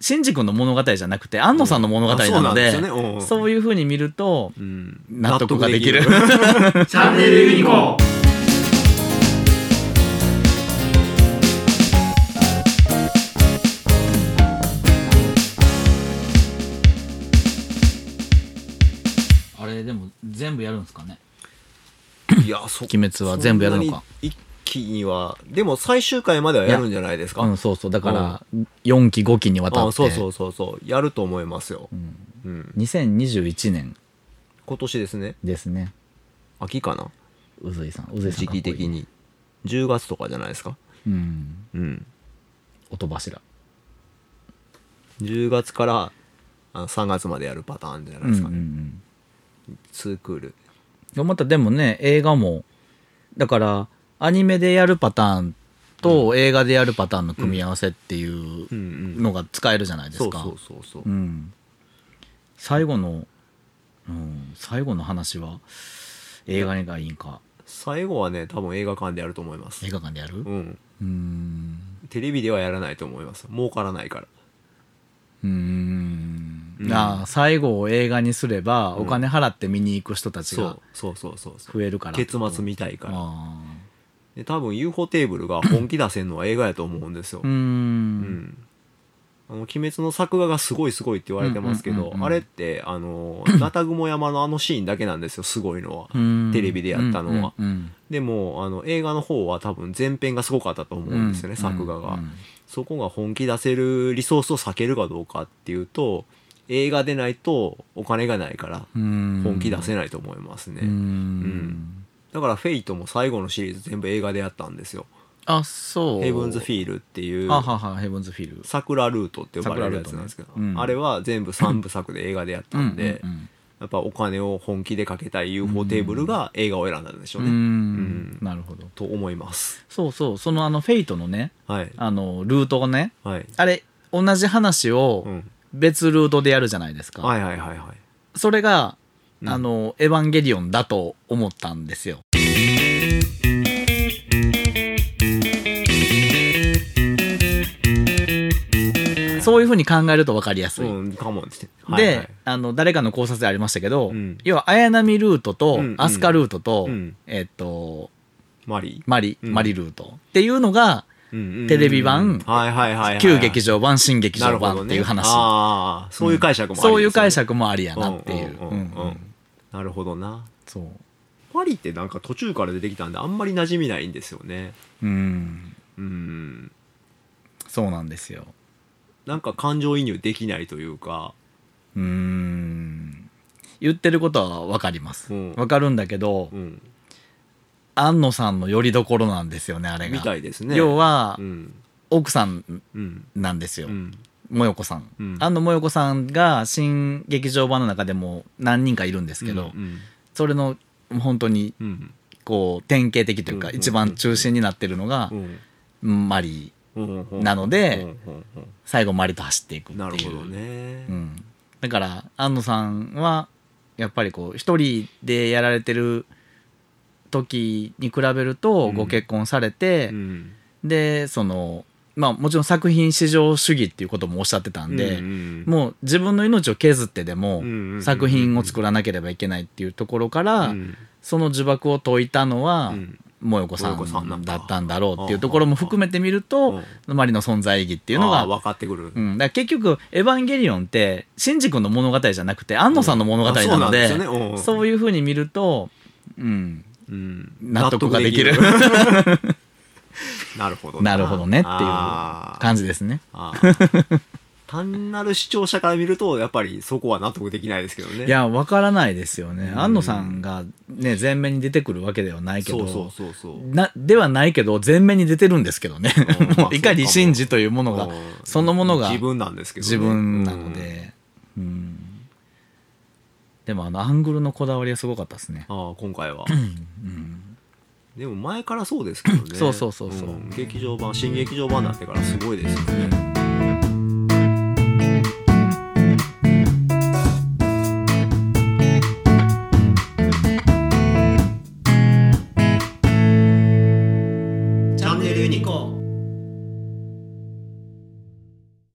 シンジ君の物語じゃなくて、安野さんの物語なので、そそううなんですよねうんいうふうに見ると、うん納得ができる。納得できチャンネルユニコーンあれでも全部やるんですかね いや、そ鬼滅は全部やるのか。そんなに一気には、でも最終回まではやるんじゃないですか。うん、そうそう。だから、4期、5期にわたっあて、そうそうそうそう。やると思いますよ。うん2021年今年ですね。ですね。秋かなうずいさん。うずいさん時かっこい期い的。に。10月とかじゃないですか。うん。うん。音柱。 10月からあ3月までやるパターンじゃないですかうんうね。んツークール。うんまたでもね、映画も、だから、アニメでやるパターンと映画でやるパターンの組み合わせっていううんうん。のが使えるじゃないですそうか。そうそうそうう。ん、最後の、うん、最後の話は映画がいいんか最後はね、多分映画館でやると思います映。画館でやるうん。うんテレビではやらないと思います。儲からないから。うーんうんああ最後を映画にすればお金払って見に行く人たちそがうそうそうそうそう。増えるから結末見たいから。ああで多分 UFO テーブルが本気出せんのは映画やと思うんですよ。うーうんんあの「鬼滅」の作画がすごいすごいって言われてますけうんうんど、うんうんあれって あのナタ雲山のあのシーンだけなんですよすごいのは、うんテレビでやったのはうんうんでもあの映画の方は多分前編がすごかったと思ううんんですよね、作画が、うんそこが本気出せるリソースを避けるかどうかっていうと映画でないとお金がないからうん本気出せないと思いますね、うんんだから「フェイトも最後のシリーズ全部映画でやったんですよあ「そうヘブンズ・フィール」っていうあははヘブンズフィル桜ルートって呼ばれるやつなんですけど、桜ルートねうんあれは全部3部作で映画でやったんで、うんうんやっぱお金を本気でかけたい UFO テーブルが映画を選んだんでしょううんね、うんなるほどと思いますそうそうそのあのフェイトのねはいあのルートをねはい、あれ、同じ話うをん、別ルートでやるじゃないですか。はいはいはいはいそれが、うんあの、エヴァンゲリオンだと思ったんですよ。そういうふうに考えると分かりやすい。うんかもですねはいはいで、あの、誰かの考察でありましたけどうん、要は、綾波ルートとうんう、んアスカルートとうん、えっと、マリマリ、うんマリルートっていうのが、ー、うんうんテレビ版はいはいはいはい旧劇場場版、新劇場版っていう話。ああそういう解釈もありですよそうねいう解釈もありやなっていう。ううんうんんううんうんんなるほどなそう。マリってなんか途中から出てきたんであんまり馴染みないんですよねうん。うんそうなんですよ。なんか感情移入できないというかうん。言ってることはわかります。わ、うんかるんだけど、うん、安野さんのよりどころなんですよね、あれが。みたいですね。要は、うん、奥さんうん、なんですよう。ん、もよこさん。うん安野もよこさんが新劇場版の中でも何人かいるんですけど、うん、それの本当にうん、こう典型的というか、うんうんうん一番中心になってるのがう、んマリーうん、うんなので、うんうん最後マリと走っていくうっんていうなるほどねう。ん、だから安野さんはやっぱりこう一人でやられてる時に比べるとうんご結婚されてう、ん、でそのまあもちろん作品至上主義っていうこともおっしゃってたんで、うん、もう自分の命を削ってでうんうんうんうもん作品を作らなければいけないっていうところから、ん、その呪縛を解いたのは、うんもよこさもよこさんなんんだだったんだろうっていうところも含めてみると、マリの存在意義ってていうのが分かってくるう。ん、だから結局、エヴァンゲリオンって、シンジ君の物語じゃなくて、安野さんの物語なので、あそうなんですよねうんそういうふうに見ると、うん、うん納得ができる。なるほ ど。なるほどねっていうあー感じですね。あー単なる視聴者から見ると、やっぱりそこは納得できないですけどね。いや、わからないですよね。うん安野さんがね、前面に出てくるわけではないけそど、うそうそうそう。なではないけど、前面に出てるんですけどね うんまあ。もういかにシンジというものうがん、そのものが自分なんですけどね。自分なので、うん。でも、あの、アングルのこだわりはすごかったですね。うん。ああ、今回は。うんでも前からそうですけどねそうそうそうそうん劇場版新劇場版になってからすごいですよね、